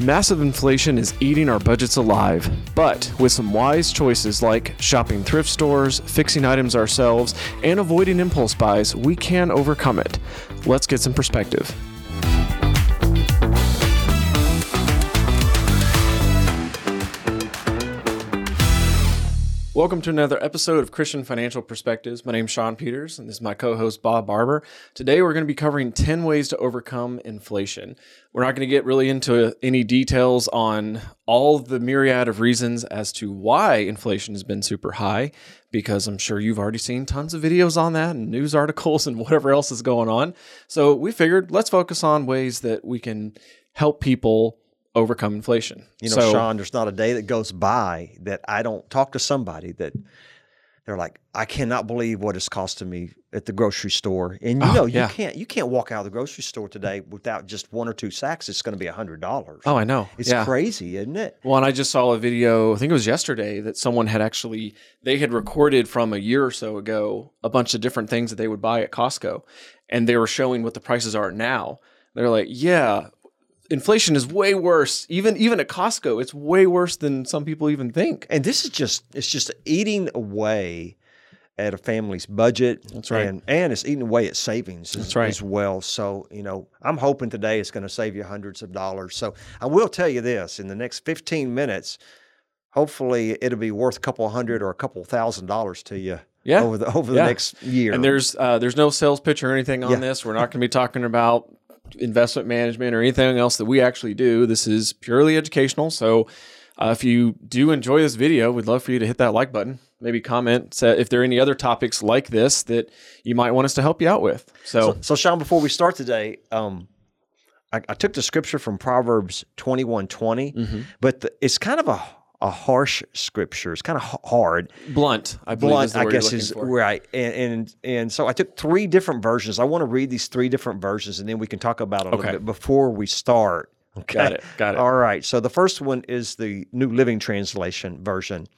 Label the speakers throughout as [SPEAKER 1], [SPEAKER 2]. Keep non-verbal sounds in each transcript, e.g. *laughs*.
[SPEAKER 1] Massive inflation is eating our budgets alive, but with some wise choices like shopping thrift stores, fixing items ourselves, and avoiding impulse buys, we can overcome it. Let's get some perspective. Welcome to another episode of Christian Financial Perspectives. My name's Sean Peters, and this is my co host, Bob Barber. Today, we're going to be covering 10 ways to overcome inflation. We're not going to get really into any details on all the myriad of reasons as to why inflation has been super high, because I'm sure you've already seen tons of videos on that and news articles and whatever else is going on. So, we figured let's focus on ways that we can help people overcome inflation.
[SPEAKER 2] You know,
[SPEAKER 1] So-
[SPEAKER 2] Sean, there's not a day that goes by that I don't talk to somebody that they're like, I cannot believe what it's costing me at the grocery store. And you
[SPEAKER 1] Oh,
[SPEAKER 2] know, you
[SPEAKER 1] yeah.
[SPEAKER 2] can't you can't walk out of the grocery store today without just one or two sacks. It's going to be a hundred dollars.
[SPEAKER 1] Oh, I know.
[SPEAKER 2] it's
[SPEAKER 1] yeah.
[SPEAKER 2] crazy, isn't it?
[SPEAKER 1] Well, and I just saw a video, I think it was yesterday, that someone had actually they had recorded from a year or so ago a bunch of different things that they would buy at Costco and they were showing what the prices are now. They're like, "Yeah, inflation is way worse. Even even at Costco, it's way worse than some people even think."
[SPEAKER 2] And this is just it's just eating away at a family's budget.
[SPEAKER 1] That's right.
[SPEAKER 2] And and it's eating away at savings as,
[SPEAKER 1] That's right.
[SPEAKER 2] as well. So, you know, I'm hoping today it's going to save you hundreds of dollars. So I will tell you this in the next 15 minutes, hopefully it'll be worth a couple hundred or a couple thousand dollars to you
[SPEAKER 1] Yeah.
[SPEAKER 2] over the over the
[SPEAKER 1] Yeah.
[SPEAKER 2] next year.
[SPEAKER 1] And there's uh, there's no sales pitch or anything on
[SPEAKER 2] Yeah.
[SPEAKER 1] this. We're not going to be talking about investment management or anything else that we actually do. This is purely educational. So uh, if you do enjoy this video, we'd love for you to hit that like button. Maybe comment say if there are any other topics like this that you might want us to help you out with. So,
[SPEAKER 2] So, so Sean, before we start today, um, I, I took the scripture from Proverbs twenty one twenty,
[SPEAKER 1] Mm-hmm.
[SPEAKER 2] but the, it's kind of a a harsh scripture. It's kind of h- hard.
[SPEAKER 1] blunt, I believe is
[SPEAKER 2] Blunt,
[SPEAKER 1] the
[SPEAKER 2] I
[SPEAKER 1] word
[SPEAKER 2] guess,
[SPEAKER 1] you're
[SPEAKER 2] is
[SPEAKER 1] looking for.
[SPEAKER 2] right. And, and and so I took three different versions. I want to read these three different versions, and then we can talk about it
[SPEAKER 1] Okay.
[SPEAKER 2] a little bit before we start. Okay.
[SPEAKER 1] Got it, got it.
[SPEAKER 2] All right. So the first one is the New Living Translation version.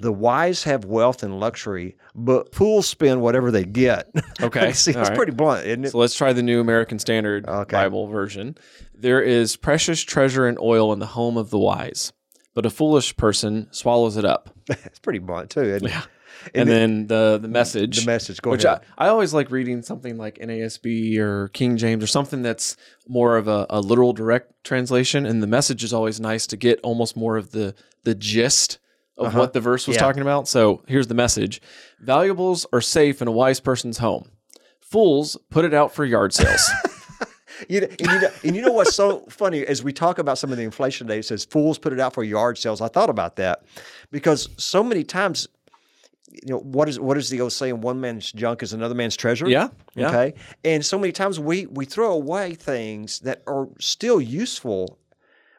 [SPEAKER 2] The wise have wealth and luxury, but fools spend whatever they get. *laughs*
[SPEAKER 1] Okay,
[SPEAKER 2] See,
[SPEAKER 1] all
[SPEAKER 2] it's
[SPEAKER 1] right.
[SPEAKER 2] pretty blunt, isn't it?
[SPEAKER 1] So let's try the New American Standard
[SPEAKER 2] Okay.
[SPEAKER 1] Bible version. There is precious treasure and oil in the home of the wise, but a foolish person swallows it up.
[SPEAKER 2] *laughs* It's pretty blunt too, isn't it?
[SPEAKER 1] and, then the the message
[SPEAKER 2] The message. Go
[SPEAKER 1] which
[SPEAKER 2] ahead.
[SPEAKER 1] I, I always like reading something like nasb or king james or something that's more of a, a literal direct translation and the message is always nice to get almost more of the the gist of what the verse was
[SPEAKER 2] Uh-huh. Yeah.
[SPEAKER 1] talking about so here's the message valuables are safe in a wise person's home fools put it out for yard
[SPEAKER 2] *laughs*
[SPEAKER 1] sales
[SPEAKER 2] you, know, and, you know, and you know what's so funny as we talk about some of the inflation today, it says fools put it out for yard sales. I thought about that because so many times, you know, what is what is the old saying? One man's junk is another man's treasure.
[SPEAKER 1] Yeah, yeah.
[SPEAKER 2] Okay. And so many times we we throw away things that are still useful,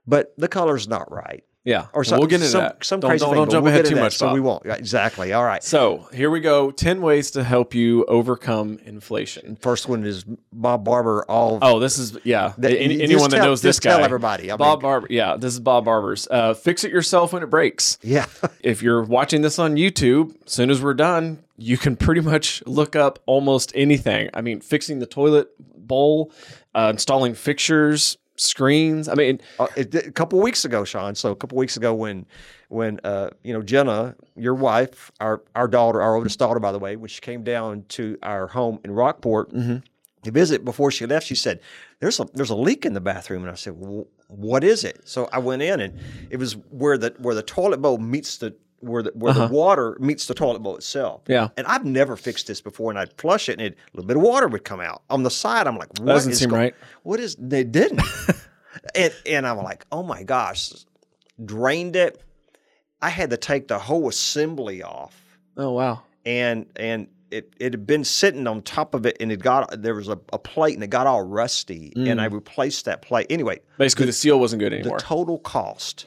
[SPEAKER 2] but the color's not right.
[SPEAKER 1] yeah
[SPEAKER 2] Or
[SPEAKER 1] And
[SPEAKER 2] some,
[SPEAKER 1] we'll get into
[SPEAKER 2] some,
[SPEAKER 1] that
[SPEAKER 2] Some
[SPEAKER 1] don't,
[SPEAKER 2] crazy
[SPEAKER 1] don't,
[SPEAKER 2] thing,
[SPEAKER 1] don't
[SPEAKER 2] but
[SPEAKER 1] jump
[SPEAKER 2] we'll get
[SPEAKER 1] ahead
[SPEAKER 2] into
[SPEAKER 1] too
[SPEAKER 2] that,
[SPEAKER 1] much
[SPEAKER 2] So we
[SPEAKER 1] Bob.
[SPEAKER 2] won't. Yeah, Exactly. All right.
[SPEAKER 1] so here we go 10 ways to help you overcome inflation
[SPEAKER 2] First one is Bob Barber. All
[SPEAKER 1] Oh, this is yeah.
[SPEAKER 2] That-
[SPEAKER 1] Any-
[SPEAKER 2] you just
[SPEAKER 1] anyone that
[SPEAKER 2] tell-
[SPEAKER 1] knows this
[SPEAKER 2] just tell
[SPEAKER 1] guy,
[SPEAKER 2] everybody. I
[SPEAKER 1] Bob
[SPEAKER 2] mean-
[SPEAKER 1] Barber. Yeah, this is Bob Barber's. Uh, fix it yourself when it breaks.
[SPEAKER 2] yeah.
[SPEAKER 1] If you're watching this on YouTube, as soon as we're done, you can pretty much look up almost anything. I mean, fixing the toilet bowl, uh, installing fixtures, screens. I mean,
[SPEAKER 2] Uh, it, a couple weeks ago, Sean. So a couple weeks ago, when when uh, you know Jenna, your wife, our our daughter, our oldest daughter, by the way, when she came down to our home in Rockport
[SPEAKER 1] Mm-hmm.
[SPEAKER 2] to visit before she left, she said, "There's a there's a leak in the bathroom," and I said, well, "What is it?" So I went in, and it was where the where the toilet bowl meets the where the, where
[SPEAKER 1] Uh-huh.
[SPEAKER 2] the water meets the toilet bowl itself.
[SPEAKER 1] Yeah.
[SPEAKER 2] And I've never fixed this before. And I'd flush it, and it, a little bit of water would come out on the side. I'm like, what
[SPEAKER 1] doesn't
[SPEAKER 2] is
[SPEAKER 1] seem
[SPEAKER 2] go-
[SPEAKER 1] right.
[SPEAKER 2] What is?
[SPEAKER 1] *laughs*
[SPEAKER 2] They didn't. and and I'm like, oh my gosh, drained it. I had to take the whole assembly off,
[SPEAKER 1] oh wow,
[SPEAKER 2] and and it it had been sitting on top of it, and it got there was a, a plate, and it got all rusty, and I replaced that plate. Anyway,
[SPEAKER 1] basically the seal wasn't good
[SPEAKER 2] the
[SPEAKER 1] Mm. anymore.
[SPEAKER 2] total cost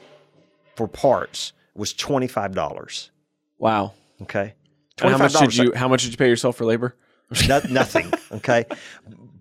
[SPEAKER 2] for parts was twenty five dollars.
[SPEAKER 1] wow.
[SPEAKER 2] Okay,
[SPEAKER 1] And how much did
[SPEAKER 2] $25.
[SPEAKER 1] you? How much did you pay yourself for labor?
[SPEAKER 2] No, nothing. Okay.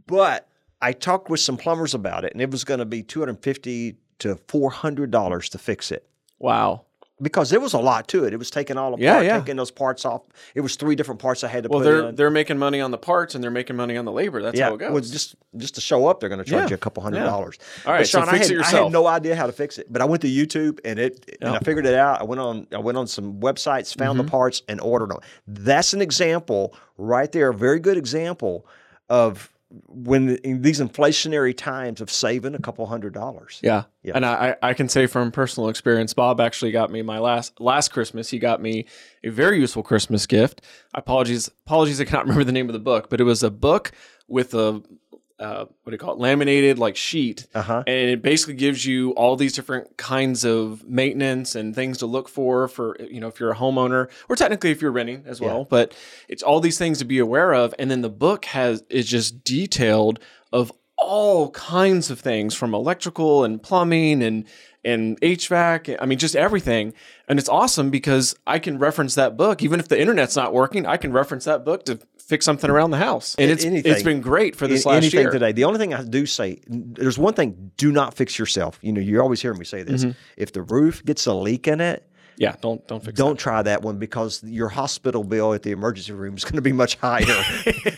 [SPEAKER 2] But I talked with some plumbers about it, and it was going to be two hundred fifty to four hundred dollars to fix it.
[SPEAKER 1] Wow.
[SPEAKER 2] because there was a lot to it. It was taking all apart,
[SPEAKER 1] Yeah, yeah.
[SPEAKER 2] taking those parts off. It was three different parts I had to
[SPEAKER 1] Well,
[SPEAKER 2] put
[SPEAKER 1] they're
[SPEAKER 2] in.
[SPEAKER 1] they're making money on the parts and they're making money on the labor. That's
[SPEAKER 2] yeah,
[SPEAKER 1] how it goes.
[SPEAKER 2] well, just just to show up, they're going to charge
[SPEAKER 1] Yeah,
[SPEAKER 2] you a couple hundred
[SPEAKER 1] yeah.
[SPEAKER 2] dollars.
[SPEAKER 1] All right,
[SPEAKER 2] but
[SPEAKER 1] so
[SPEAKER 2] Sean, I,
[SPEAKER 1] fix
[SPEAKER 2] had,
[SPEAKER 1] it
[SPEAKER 2] I
[SPEAKER 1] yourself.
[SPEAKER 2] had no idea how to fix it, but I went to YouTube and it and I figured it out. I went on I went on some websites, found
[SPEAKER 1] Mm-hmm.
[SPEAKER 2] the parts, and ordered them. That's an example right there, a very good example of when the, in these inflationary times of saving a couple hundred dollars.
[SPEAKER 1] Yeah.
[SPEAKER 2] Yeah.
[SPEAKER 1] And I, I I can say from personal experience, Bob actually got me my last last Christmas. He got me a very useful Christmas gift. Apologies, apologies, I cannot *laughs* remember the name of the book, but it was a book with a uh, what do you call it? Laminated like sheet,
[SPEAKER 2] Uh-huh.
[SPEAKER 1] and it basically gives you all these different kinds of maintenance and things to look for for you know if you're a homeowner or technically if you're renting as well but it's all these things to be aware of and then the book has is just detailed of all kinds of things from electrical and plumbing and and HVAC I mean just everything and it's awesome because I can reference that book even if the internet's not working I can reference that book to fix something around the house and it's
[SPEAKER 2] anything.
[SPEAKER 1] it's been great for this
[SPEAKER 2] in-
[SPEAKER 1] last
[SPEAKER 2] anything
[SPEAKER 1] year
[SPEAKER 2] today. The only thing I do say, there's one thing: do not fix yourself. You know, you always hear me say this.
[SPEAKER 1] Mm-hmm.
[SPEAKER 2] If the roof gets a leak in it,
[SPEAKER 1] yeah don't don't fix
[SPEAKER 2] don't try that one because your hospital bill at the emergency room is going to be much
[SPEAKER 1] *laughs*
[SPEAKER 2] higher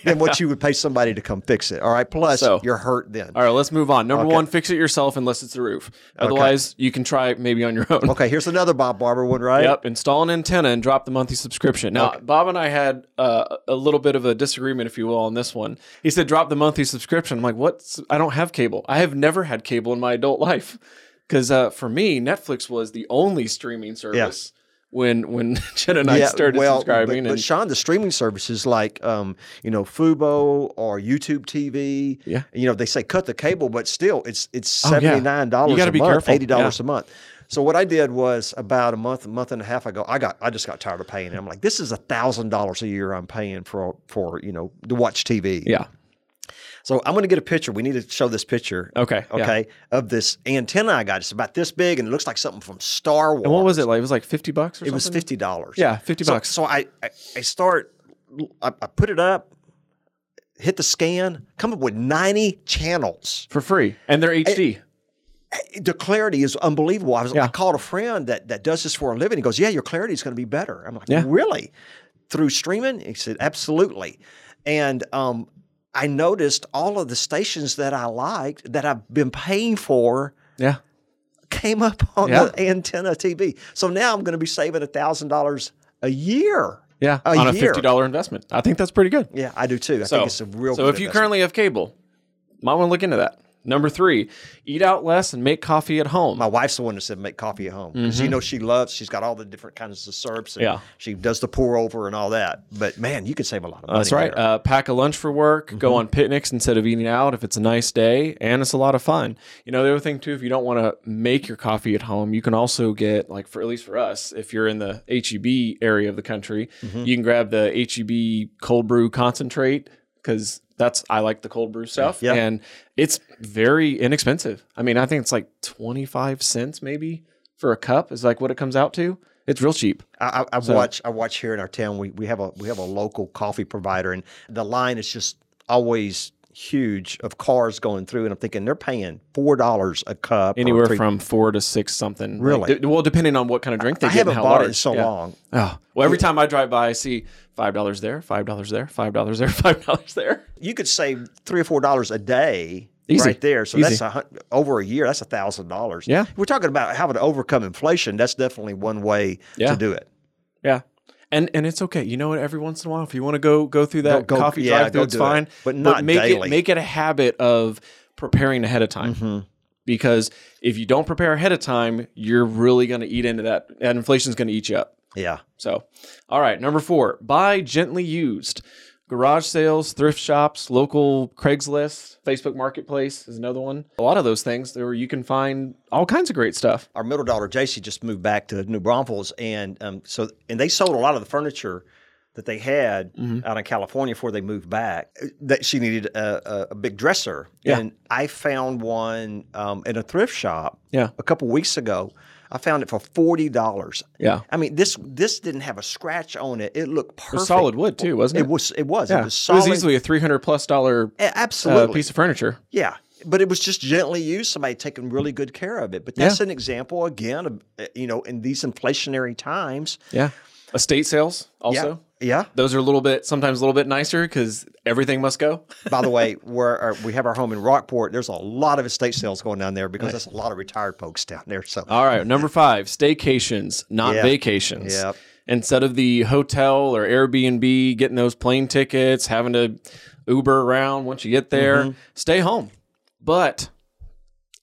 [SPEAKER 2] than what you would pay somebody to come fix it. All right. Plus,
[SPEAKER 1] So-
[SPEAKER 2] you're hurt then.
[SPEAKER 1] All right, let's move on. Number one, fix it yourself unless it's the roof. Otherwise, you can try it maybe on your own.
[SPEAKER 2] Okay. Here's another Bob Barber one, right?
[SPEAKER 1] *laughs* Yep, install an antenna and drop the monthly subscription. Now, Bob and I had uh, a little bit of a disagreement, if you will, on this one. He said, drop the monthly subscription. I'm like, what? I don't have cable. I have never had cable in my adult life. Because uh, for me, Netflix was the only streaming service when when *laughs* Jen and I started subscribing.
[SPEAKER 2] But, but
[SPEAKER 1] and
[SPEAKER 2] Sean, the streaming services like um, you know Fubo or YouTube TV,
[SPEAKER 1] Yeah.
[SPEAKER 2] you know they say cut the cable, but still it's it's
[SPEAKER 1] Oh, yeah.
[SPEAKER 2] seventy nine dollars
[SPEAKER 1] You gotta
[SPEAKER 2] a
[SPEAKER 1] be
[SPEAKER 2] month,
[SPEAKER 1] careful.
[SPEAKER 2] eighty dollars a month. So what I did was about a month, month and a half ago, I got I just got tired of paying. it. I'm like, this is a thousand dollars a year I'm paying for for you know to watch TV.
[SPEAKER 1] yeah,
[SPEAKER 2] So I'm going to get a picture. We need to show this picture.
[SPEAKER 1] Okay, Oh, yeah.
[SPEAKER 2] Okay. Of this antenna I got. It's about this big and it looks like something from Star Wars.
[SPEAKER 1] and what was it like? It was like fifty bucks or
[SPEAKER 2] It was
[SPEAKER 1] something.
[SPEAKER 2] fifty dollars.
[SPEAKER 1] Yeah, fifty
[SPEAKER 2] So,
[SPEAKER 1] bucks.
[SPEAKER 2] so I, I I start I, I put it up, hit the scan, come up with ninety channels.
[SPEAKER 1] for free, and they're HD.
[SPEAKER 2] The clarity is unbelievable. I was
[SPEAKER 1] Yeah.
[SPEAKER 2] I called a friend that that does this for a living. He goes, "Yeah, your clarity is going to be better." I'm like,
[SPEAKER 1] Yeah.
[SPEAKER 2] "Really?" Through streaming, he said, "Absolutely," and um, I noticed all of the stations that I liked that I've been paying for
[SPEAKER 1] yeah,
[SPEAKER 2] came up on
[SPEAKER 1] Yeah.
[SPEAKER 2] the antenna TV. So now I'm going to be saving thousand dollars a year.
[SPEAKER 1] yeah,
[SPEAKER 2] a
[SPEAKER 1] on a
[SPEAKER 2] year.
[SPEAKER 1] fifty dollar investment. I think that's pretty good.
[SPEAKER 2] Yeah, I do too. I think it's a real.
[SPEAKER 1] so
[SPEAKER 2] good
[SPEAKER 1] if you
[SPEAKER 2] investment.
[SPEAKER 1] currently have cable, might want to look into that. Number three, eat out less and make coffee at home.
[SPEAKER 2] my wife's the one that said make coffee at home because you know she loves. She's got all the different kinds of syrups. And
[SPEAKER 1] Mm-hmm. Yeah.
[SPEAKER 2] she does the pour over and all that. But man, you could save a lot of money.
[SPEAKER 1] That's right. Mm-hmm.
[SPEAKER 2] there.
[SPEAKER 1] Uh, pack a lunch for work. Go on picnics instead of eating out if it's a nice day, and it's a lot of fun. You know, the other thing too, if you don't want to make your coffee at home, you can also get like for at least for us, if you're in the HEB area of the country, you can grab the HEB cold brew concentrate because that's I like the cold brew stuff,
[SPEAKER 2] Yeah.
[SPEAKER 1] and it's very inexpensive. I mean, I think it's like twenty five cents maybe for a cup is like what it comes out to. It's real cheap.
[SPEAKER 2] I, I, I watch. I watch here in our town. We we have a we have a local coffee provider, and the line is just always huge of cars going through. And I'm thinking they're paying four dollars a cup. or
[SPEAKER 1] anywhere
[SPEAKER 2] three-
[SPEAKER 1] from four to six something. Like,
[SPEAKER 2] Really?
[SPEAKER 1] d- well, depending on what kind of drink they
[SPEAKER 2] I
[SPEAKER 1] get.
[SPEAKER 2] haven't
[SPEAKER 1] and how
[SPEAKER 2] bought
[SPEAKER 1] large.
[SPEAKER 2] it in so
[SPEAKER 1] Yeah.
[SPEAKER 2] long.
[SPEAKER 1] Oh, well, every time I drive by, I see five dollars there, five dollars there, five dollars there, *laughs* five dollars there.
[SPEAKER 2] You could save three or four dollars a day.
[SPEAKER 1] Easy.
[SPEAKER 2] Right there, so
[SPEAKER 1] Easy.
[SPEAKER 2] that's a, hun- over a year. That's a thousand dollars.
[SPEAKER 1] Yeah.
[SPEAKER 2] we're talking about having to overcome inflation. That's definitely one way
[SPEAKER 1] Yeah.
[SPEAKER 2] to do it.
[SPEAKER 1] Yeah, and and it's okay. You know what? Every once in a while, if you want to go go through that
[SPEAKER 2] Go- go-
[SPEAKER 1] coffee
[SPEAKER 2] yeah,
[SPEAKER 1] drive, through,
[SPEAKER 2] go
[SPEAKER 1] it's
[SPEAKER 2] do it.
[SPEAKER 1] fine.
[SPEAKER 2] But not
[SPEAKER 1] make
[SPEAKER 2] daily. Mm-hmm.
[SPEAKER 1] it make it a habit of preparing ahead of time. Because if you don't prepare ahead of time, you're really going to eat into that. That inflation's going to eat you up.
[SPEAKER 2] Yeah.
[SPEAKER 1] So, all right, number four, buy gently used. Garage sales, thrift shops, local Craigslist, Facebook Marketplace is another one. A lot of those things there where you can find all kinds of great stuff.
[SPEAKER 2] Our middle daughter JC just moved back to New Braunfels, and um, so and they sold a lot of the furniture that they had
[SPEAKER 1] Mm-hmm.
[SPEAKER 2] out in California before they moved back. uh, That she needed a, a, a big dresser,
[SPEAKER 1] Yeah.
[SPEAKER 2] and I found one um, in a thrift shop.
[SPEAKER 1] Yeah.
[SPEAKER 2] a couple weeks ago, I found it for forty dollars.
[SPEAKER 1] Yeah.
[SPEAKER 2] I mean this this didn't have a scratch on it. It looked perfect.
[SPEAKER 1] Solid wood too, wasn't it?
[SPEAKER 2] It was. It was.
[SPEAKER 1] Yeah.
[SPEAKER 2] It was solid.
[SPEAKER 1] easily a 300 plus dollar
[SPEAKER 2] A-
[SPEAKER 1] uh,
[SPEAKER 2] Absolutely.
[SPEAKER 1] piece of furniture.
[SPEAKER 2] Yeah. but it was just gently used. Somebody taking really good care of it. But that's an example again, of, uh, you know, in these inflationary times.
[SPEAKER 1] Yeah. Estate sales also.
[SPEAKER 2] Yeah.
[SPEAKER 1] Those are a little bit, sometimes a little bit nicer because everything must go.
[SPEAKER 2] yeah. By the way, *laughs* where our, we have our home in Rockport, there's a lot of estate sales going down there because there's a lot of retired folks down there. So
[SPEAKER 1] All right, number five, staycations, not
[SPEAKER 2] Yeah.
[SPEAKER 1] vacations.
[SPEAKER 2] Yep.
[SPEAKER 1] Instead of the hotel or Airbnb, getting those plane tickets, having to Uber around once you get there,
[SPEAKER 2] Mm-hmm.
[SPEAKER 1] stay home, but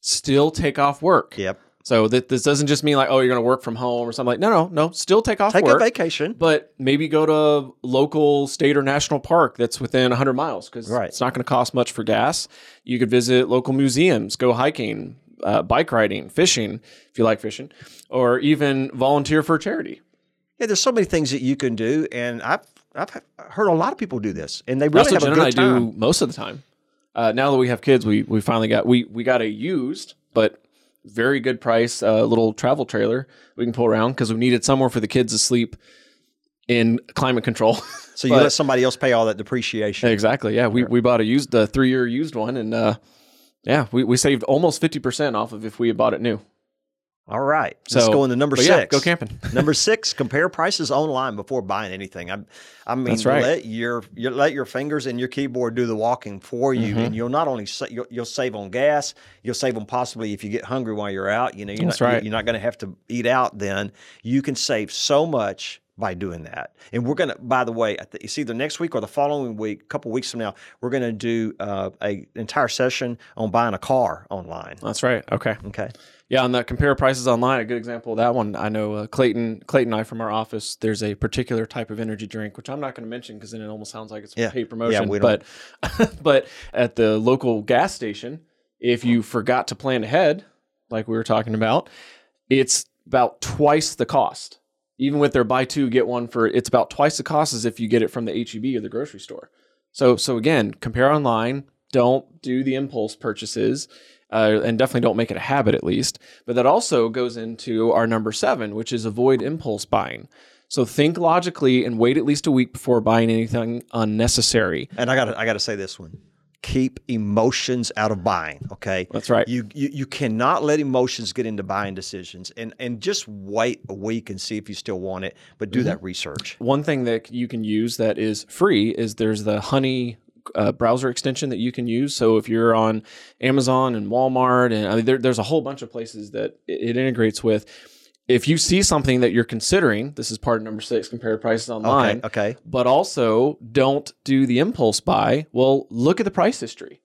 [SPEAKER 1] still take off work.
[SPEAKER 2] Yep.
[SPEAKER 1] So that this doesn't just mean like, oh, you're going to work from home or something like. No, no, no. Still take off
[SPEAKER 2] Take
[SPEAKER 1] work,
[SPEAKER 2] a vacation.
[SPEAKER 1] but maybe go to local state or national park that's within 100 miles because
[SPEAKER 2] Right.
[SPEAKER 1] it's not going to cost much for gas. You could visit local museums, go hiking, uh, bike riding, fishing if you like fishing, or even volunteer for charity.
[SPEAKER 2] Yeah, there's so many things that you can do, and I've I've heard a lot of people do this, and they
[SPEAKER 1] That's
[SPEAKER 2] really
[SPEAKER 1] what
[SPEAKER 2] have
[SPEAKER 1] Jen
[SPEAKER 2] a
[SPEAKER 1] and I
[SPEAKER 2] good time.
[SPEAKER 1] do most of the time. Uh, now that we have kids, we we finally got we we got a used but very good price uh, little travel trailer we can pull around because we needed somewhere for the kids to sleep in climate control. *laughs*
[SPEAKER 2] So you
[SPEAKER 1] But-
[SPEAKER 2] let somebody else pay all that depreciation.
[SPEAKER 1] Exactly. Yeah, we, we bought a used the three year used one, and uh, yeah, we, we saved almost fifty percent off of if we had bought it new.
[SPEAKER 2] All right,
[SPEAKER 1] So
[SPEAKER 2] let's go into number
[SPEAKER 1] but
[SPEAKER 2] six.
[SPEAKER 1] yeah, go camping.
[SPEAKER 2] number six, compare prices online before buying anything. I, I mean,
[SPEAKER 1] That's right.
[SPEAKER 2] let your, your let your fingers and your keyboard do the walking for you,
[SPEAKER 1] Mm-hmm.
[SPEAKER 2] and you'll not only sa- you'll, you'll save on gas, you'll save on possibly if you get hungry while you're out. You know, you're
[SPEAKER 1] That's
[SPEAKER 2] not,
[SPEAKER 1] right.
[SPEAKER 2] You're not going to have to eat out. Then you can save so much by doing that. And we're going to, by the way, I th- it's either next week or the following week, a couple weeks from now, we're going to do uh, a entire session on buying a car online.
[SPEAKER 1] That's right. Okay.
[SPEAKER 2] Okay.
[SPEAKER 1] Yeah, on that compare prices online, a good example of that one. I know uh, Clayton, Clayton and I from our office. There's a particular type of energy drink, which I'm not going to mention because then it almost sounds like it's
[SPEAKER 2] Yeah.
[SPEAKER 1] paid
[SPEAKER 2] Yeah,
[SPEAKER 1] promotion.
[SPEAKER 2] we don't-
[SPEAKER 1] but but *laughs* at the local gas station, if you forgot to plan ahead, like we were talking about, it's about twice the cost. Even with their buy two get one for, it's about twice the cost as if you get it from the HEB or the grocery store. So so again, compare online. Don't do the impulse purchases, uh, and definitely don't make it a habit at least. But that also goes into our number seven, which is avoid impulse buying. So think logically and wait at least a week before buying anything unnecessary.
[SPEAKER 2] And I got to I got to say this one. Keep emotions out of buying, okay?
[SPEAKER 1] That's right.
[SPEAKER 2] You, you you cannot let emotions get into buying decisions and and just wait a week and see if you still want it, but
[SPEAKER 1] Mm-hmm.
[SPEAKER 2] do that research.
[SPEAKER 1] One thing that you can use that is free is there's the Honey uh, browser extension that you can use. So if you're on Amazon and Walmart, and I mean, there, there's a whole bunch of places that it, it integrates with. If you see something that you're considering, this is part of number six, compare prices online.
[SPEAKER 2] Okay, uh, okay.
[SPEAKER 1] But also, don't do the impulse buy. Well, look at the price history.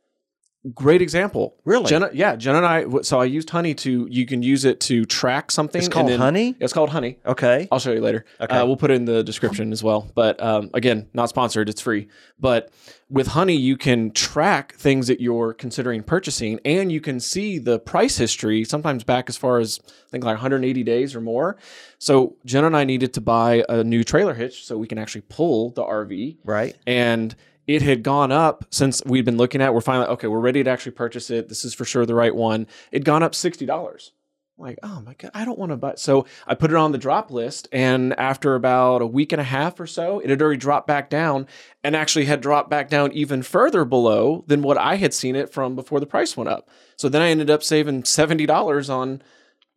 [SPEAKER 1] Great example.
[SPEAKER 2] Really?
[SPEAKER 1] Jenna, yeah, Jenna and I. So I used Honey to. You can use it to track something.
[SPEAKER 2] It's
[SPEAKER 1] and
[SPEAKER 2] called
[SPEAKER 1] then-
[SPEAKER 2] honey?
[SPEAKER 1] It's called Honey.
[SPEAKER 2] Okay.
[SPEAKER 1] I'll show you later.
[SPEAKER 2] Okay.
[SPEAKER 1] Uh, we'll put it in the description as well. But um, again, not sponsored. It's free. But with Honey, you can track things that you're considering purchasing, and you can see the price history sometimes back as far as I think like 180 days or more. So Jen and I needed to buy a new trailer hitch so we can actually pull the RV
[SPEAKER 2] Right.
[SPEAKER 1] and it had gone up since we'd been looking at. it. We're finally okay. We're ready to actually purchase it. This is for sure the right one. It'd gone up sixty dollars. Like, oh my god, I don't want to buy. So I put it on the drop list, and after about a week and a half or so, it had already dropped back down, and actually had dropped back down even further below than what I had seen it from before the price went up. So then I ended up saving seventy dollars on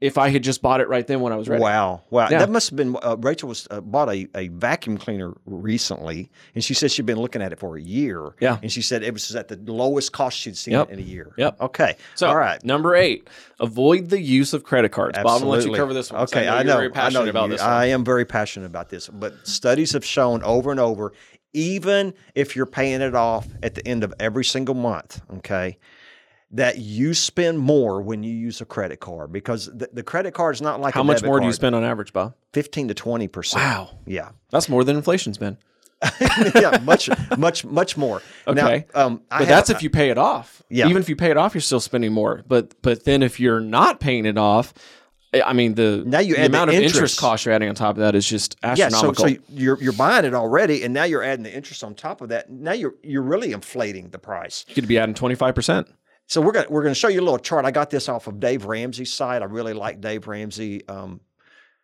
[SPEAKER 1] if I had just bought it right then when I was ready.
[SPEAKER 2] Wow. Wow.
[SPEAKER 1] Yeah.
[SPEAKER 2] That must have been uh, Rachel was uh, bought a, a vacuum cleaner recently and she said she'd been looking at it for a year.
[SPEAKER 1] Yeah.
[SPEAKER 2] And she said it was at the lowest cost she'd seen
[SPEAKER 1] Yep.
[SPEAKER 2] it in a year.
[SPEAKER 1] Yep.
[SPEAKER 2] Okay.
[SPEAKER 1] So,
[SPEAKER 2] All right.
[SPEAKER 1] number eight, avoid the use of credit cards. Bob, I'll let you
[SPEAKER 2] Absolutely.
[SPEAKER 1] cover this one. 'cause
[SPEAKER 2] Okay, I
[SPEAKER 1] you're
[SPEAKER 2] know.
[SPEAKER 1] very passionate
[SPEAKER 2] I know
[SPEAKER 1] about
[SPEAKER 2] you-
[SPEAKER 1] this. one.
[SPEAKER 2] I am very passionate about this. But studies have shown over and over, even if you're paying it off at the end of every single month, okay, that you spend more when you use a credit card because the, the credit card is not like
[SPEAKER 1] How
[SPEAKER 2] a
[SPEAKER 1] much
[SPEAKER 2] debit
[SPEAKER 1] more do you
[SPEAKER 2] card.
[SPEAKER 1] spend on average, Bob?
[SPEAKER 2] Fifteen to twenty percent.
[SPEAKER 1] Wow,
[SPEAKER 2] Yeah. *laughs*
[SPEAKER 1] that's more than inflation's been.
[SPEAKER 2] yeah. Much, much, much more.
[SPEAKER 1] Okay.
[SPEAKER 2] Now, um,
[SPEAKER 1] But
[SPEAKER 2] I have-
[SPEAKER 1] that's if you pay it off.
[SPEAKER 2] Yeah.
[SPEAKER 1] Even if you pay it off, you're still spending more. But but then if you're not paying it off, I I mean the
[SPEAKER 2] Now you
[SPEAKER 1] the
[SPEAKER 2] add the
[SPEAKER 1] amount of interest.
[SPEAKER 2] interest.
[SPEAKER 1] cost you're adding on top of that is just
[SPEAKER 2] Yeah, so,
[SPEAKER 1] astronomical.
[SPEAKER 2] so you're you're buying it already, and now you're adding the interest on top of that. Now you're you're really inflating the price.
[SPEAKER 1] you could be adding twenty five percent.
[SPEAKER 2] So we're gonna we're gonna show you a little chart. I got this off of Dave Ramsey's site. I really like Dave Ramsey. Um,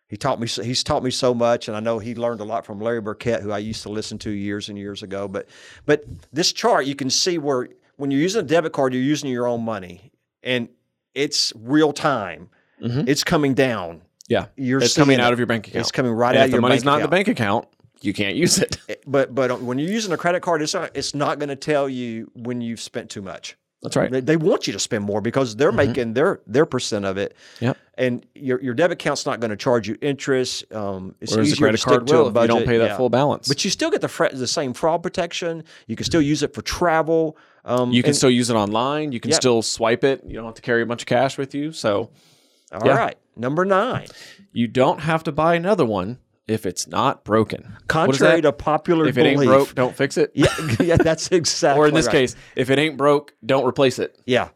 [SPEAKER 2] he taught me so- he's taught me so much, and I know he learned a lot from Larry Burkett, who I used to listen to years and years ago. But but this chart you can see where. where when you're using a debit card, you're using your own money, and it's real time.
[SPEAKER 1] Mhm.
[SPEAKER 2] It's coming down.
[SPEAKER 1] Yeah.
[SPEAKER 2] You're
[SPEAKER 1] It's coming
[SPEAKER 2] seeing
[SPEAKER 1] out
[SPEAKER 2] it.
[SPEAKER 1] of your bank account.
[SPEAKER 2] It's coming right
[SPEAKER 1] And
[SPEAKER 2] out
[SPEAKER 1] if
[SPEAKER 2] of
[SPEAKER 1] the
[SPEAKER 2] your
[SPEAKER 1] money's
[SPEAKER 2] bank
[SPEAKER 1] not in the
[SPEAKER 2] account.
[SPEAKER 1] bank account, you can't use it. *laughs*
[SPEAKER 2] But but when you're using a credit card, it's not it's not going to tell you when you've spent too much.
[SPEAKER 1] That's right.
[SPEAKER 2] They, they want you to spend more because
[SPEAKER 1] Mm-hmm.
[SPEAKER 2] they're making their their percent of it.
[SPEAKER 1] Yep.
[SPEAKER 2] And your your debit account's not going to charge you interest. Um, it's
[SPEAKER 1] Whereas a
[SPEAKER 2] easier to
[SPEAKER 1] credit
[SPEAKER 2] stick
[SPEAKER 1] card
[SPEAKER 2] to
[SPEAKER 1] will
[SPEAKER 2] a
[SPEAKER 1] if you don't
[SPEAKER 2] budget.
[SPEAKER 1] pay that
[SPEAKER 2] Yeah.
[SPEAKER 1] full balance.
[SPEAKER 2] But you still get the fra- the same fraud protection. You can still use it for travel. Um,
[SPEAKER 1] you can
[SPEAKER 2] and-
[SPEAKER 1] still use it online. You can
[SPEAKER 2] Yep.
[SPEAKER 1] still swipe it. You don't have to carry a bunch of cash with you. So
[SPEAKER 2] all
[SPEAKER 1] yeah.
[SPEAKER 2] right. Number nine,
[SPEAKER 1] you don't have to buy another one if it's not broken. What is
[SPEAKER 2] contrary
[SPEAKER 1] that?
[SPEAKER 2] to popular
[SPEAKER 1] if it
[SPEAKER 2] belief,
[SPEAKER 1] ain't broke, don't fix it.
[SPEAKER 2] yeah, *laughs* yeah, that's exactly.
[SPEAKER 1] *laughs* or in this
[SPEAKER 2] right.
[SPEAKER 1] case, if it ain't broke, don't replace it.
[SPEAKER 2] Yeah,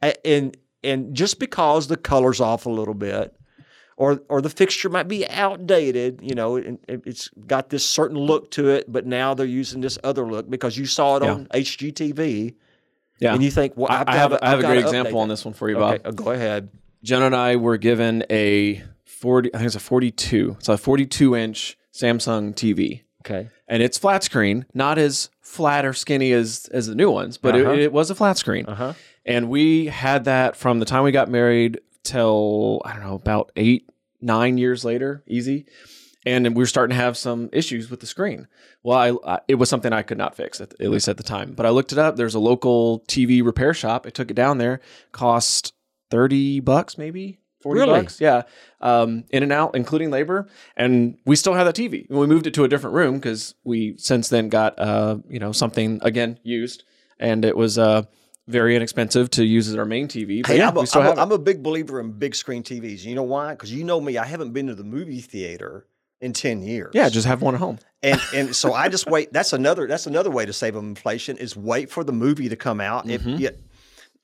[SPEAKER 2] A- and and just because the color's off a little bit, or or the fixture might be outdated, you know, and it- it's got this certain look to it, but now they're using this other look because you saw it on HGTV,
[SPEAKER 1] Yeah.
[SPEAKER 2] and you think, well,
[SPEAKER 1] I,
[SPEAKER 2] I've
[SPEAKER 1] I have,
[SPEAKER 2] gotta-
[SPEAKER 1] I have a
[SPEAKER 2] I've
[SPEAKER 1] great
[SPEAKER 2] gotta
[SPEAKER 1] example
[SPEAKER 2] update
[SPEAKER 1] on this one for you,
[SPEAKER 2] that.
[SPEAKER 1] Bob.
[SPEAKER 2] Okay, uh, go ahead.
[SPEAKER 1] Jenna and I were given a 40, I think it's a 42. It's a 42 inch Samsung TV.
[SPEAKER 2] Okay.
[SPEAKER 1] And it's flat screen, not as flat or skinny as, as the new ones, but it-
[SPEAKER 2] Uh-huh.
[SPEAKER 1] it, was a flat screen.
[SPEAKER 2] Uh-huh.
[SPEAKER 1] And we had that from the time we got married till, I don't know, about eight, nine years later, easy. And we were starting to have some issues with the screen. Well, I, I, it was something I could not fix, at, at least at the time. But I looked it up. There's a local TV repair shop. I took it down there, cost 30 bucks, maybe 40
[SPEAKER 2] Really?
[SPEAKER 1] bucks. Yeah. Um, in and out, including labor. And we still had that TV. We moved it to a different room because we since then got, uh, you know, something again used. And it was uh, very inexpensive to use as our main TV. But
[SPEAKER 2] Hey,
[SPEAKER 1] yeah,
[SPEAKER 2] I'm, a,
[SPEAKER 1] we still
[SPEAKER 2] I'm,
[SPEAKER 1] have
[SPEAKER 2] a,
[SPEAKER 1] it.
[SPEAKER 2] I'm a big believer in big screen TVs. You know why? Because you know me, I haven't been to the movie theater in ten years.
[SPEAKER 1] Yeah, just have one at home.
[SPEAKER 2] and and so I just wait. That's another that's another way to save on inflation is wait for the movie to come out.
[SPEAKER 1] Mm-hmm.
[SPEAKER 2] If you,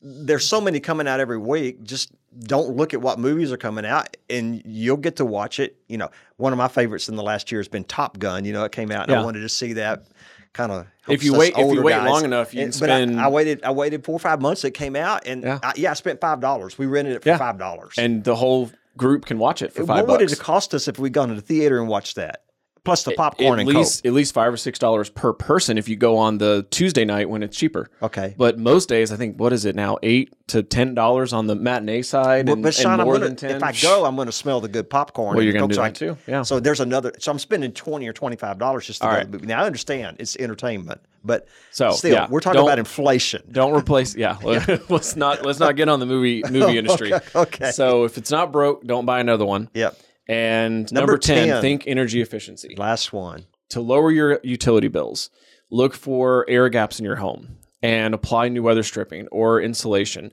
[SPEAKER 2] there's so many coming out every week, just don't look at what movies are coming out, and you'll get to watch it. You know, one of my favorites in the last year has been Top Gun. You know, it came out, and
[SPEAKER 1] Yeah.
[SPEAKER 2] I wanted to see that. Kind of.
[SPEAKER 1] you wait- if you wait long enough, you can
[SPEAKER 2] but I-
[SPEAKER 1] spend-
[SPEAKER 2] I, waited. I waited four or five months. It came out, and
[SPEAKER 1] Yeah.
[SPEAKER 2] I, yeah, I spent five dollars. We rented it for
[SPEAKER 1] Yeah.
[SPEAKER 2] five dollars.
[SPEAKER 1] And the whole group can watch it for
[SPEAKER 2] what
[SPEAKER 1] five
[SPEAKER 2] would it
[SPEAKER 1] bucks.
[SPEAKER 2] have cost us if we'd gone to the theater and watched that? Plus the popcorn
[SPEAKER 1] At
[SPEAKER 2] and
[SPEAKER 1] least at least five or six dollars per person if you go on the Tuesday night when it's cheaper.
[SPEAKER 2] coke. Okay.
[SPEAKER 1] But most days, I think what is it now, eight to ten dollars on the matinee side,
[SPEAKER 2] But,
[SPEAKER 1] and,
[SPEAKER 2] but
[SPEAKER 1] and
[SPEAKER 2] Sean, I'm
[SPEAKER 1] more
[SPEAKER 2] gonna,
[SPEAKER 1] than ten.
[SPEAKER 2] if I go, I'm going to smell the good popcorn.
[SPEAKER 1] Well,
[SPEAKER 2] and
[SPEAKER 1] you're gonna
[SPEAKER 2] Coke,
[SPEAKER 1] do
[SPEAKER 2] so I-
[SPEAKER 1] that too, yeah.
[SPEAKER 2] So there's another. So I'm spending twenty or twenty five dollars just to go to
[SPEAKER 1] right.
[SPEAKER 2] the movie. Now I understand it's entertainment, but
[SPEAKER 1] So,
[SPEAKER 2] still,
[SPEAKER 1] yeah,
[SPEAKER 2] we're talking
[SPEAKER 1] don't-
[SPEAKER 2] about inflation.
[SPEAKER 1] don't replace.
[SPEAKER 2] *laughs*
[SPEAKER 1] Yeah, *laughs* let's not let's not get on the movie movie industry.
[SPEAKER 2] okay.
[SPEAKER 1] So if it's not broke, don't buy another one.
[SPEAKER 2] Yep.
[SPEAKER 1] And number,
[SPEAKER 2] Number
[SPEAKER 1] 10,
[SPEAKER 2] 10.
[SPEAKER 1] think energy efficiency.
[SPEAKER 2] Last one.
[SPEAKER 1] To lower your utility bills, look for air gaps in your home and apply new weather stripping or insulation.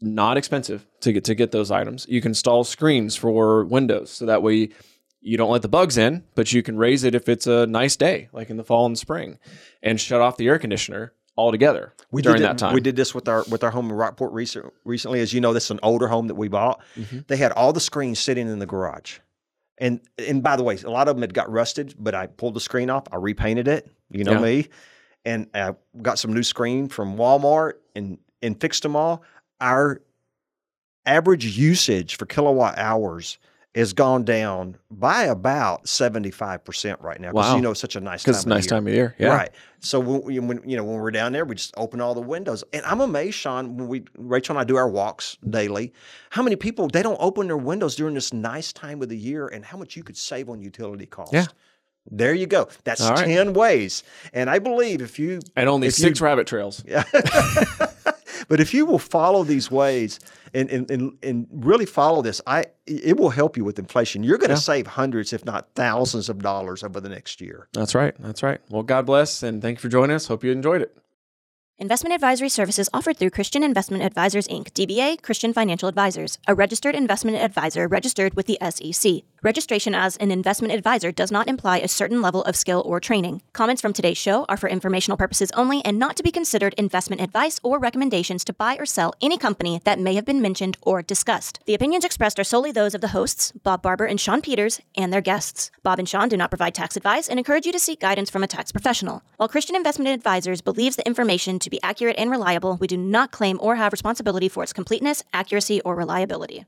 [SPEAKER 1] Not expensive to get to get those items. You can install screens for windows so that way you don't let the bugs in, but you can raise it if it's a nice day, like in the fall and spring, and shut off the air conditioner altogether
[SPEAKER 2] We
[SPEAKER 1] during
[SPEAKER 2] did, it-
[SPEAKER 1] that time.
[SPEAKER 2] we did this with our with our home in Rockport recent, recently. As you know, this is an older home that we bought.
[SPEAKER 1] Mm-hmm.
[SPEAKER 2] They had all the screens sitting in the garage, and and by the way, a lot of them had got rusted. But I pulled the screen off, I repainted it. You know
[SPEAKER 1] Yeah.
[SPEAKER 2] me, and I got some new screen from Walmart and and fixed them all. Our average usage for kilowatt hours has gone down by about seventy five percent right now. Because
[SPEAKER 1] Wow.
[SPEAKER 2] you know, it's such a nice time
[SPEAKER 1] because it's a
[SPEAKER 2] of
[SPEAKER 1] nice
[SPEAKER 2] year.
[SPEAKER 1] time of year. Yeah.
[SPEAKER 2] Right. So when, we- when you know when we're down there, we just open all the windows, and I'm amazed, Sean. When we Rachel and I do our walks daily, how many people they don't open their windows during this nice time of the year, and how much you could save on utility costs.
[SPEAKER 1] Yeah.
[SPEAKER 2] There you go. That's
[SPEAKER 1] All right.
[SPEAKER 2] ten ways, and I believe if you, *laughs*
[SPEAKER 1] And only
[SPEAKER 2] If
[SPEAKER 1] six rabbit trails.
[SPEAKER 2] but if you will follow these ways and and and, and really follow this, I it will help you with inflation. You're going to save hundreds, if not thousands, of dollars over the next year.
[SPEAKER 1] That's right. That's right. Well, God bless and thank you for joining us. Hope you enjoyed it.
[SPEAKER 3] Investment advisory services offered through Christian Investment Advisors Inc., DBA Christian Financial Advisors, a registered investment advisor registered with the SEC. Registration as an investment advisor does not imply a certain level of skill or training. Comments from today's show are for informational purposes only and not to be considered investment advice or recommendations to buy or sell any company that may have been mentioned or discussed. The opinions expressed are solely those of the hosts, Bob Barber and Sean Peters, and their guests. Bob and Sean do not provide tax advice and encourage you to seek guidance from a tax professional. While Christian Investment Advisors believes the information to be accurate and reliable, we do not claim or have responsibility for its completeness, accuracy, or reliability.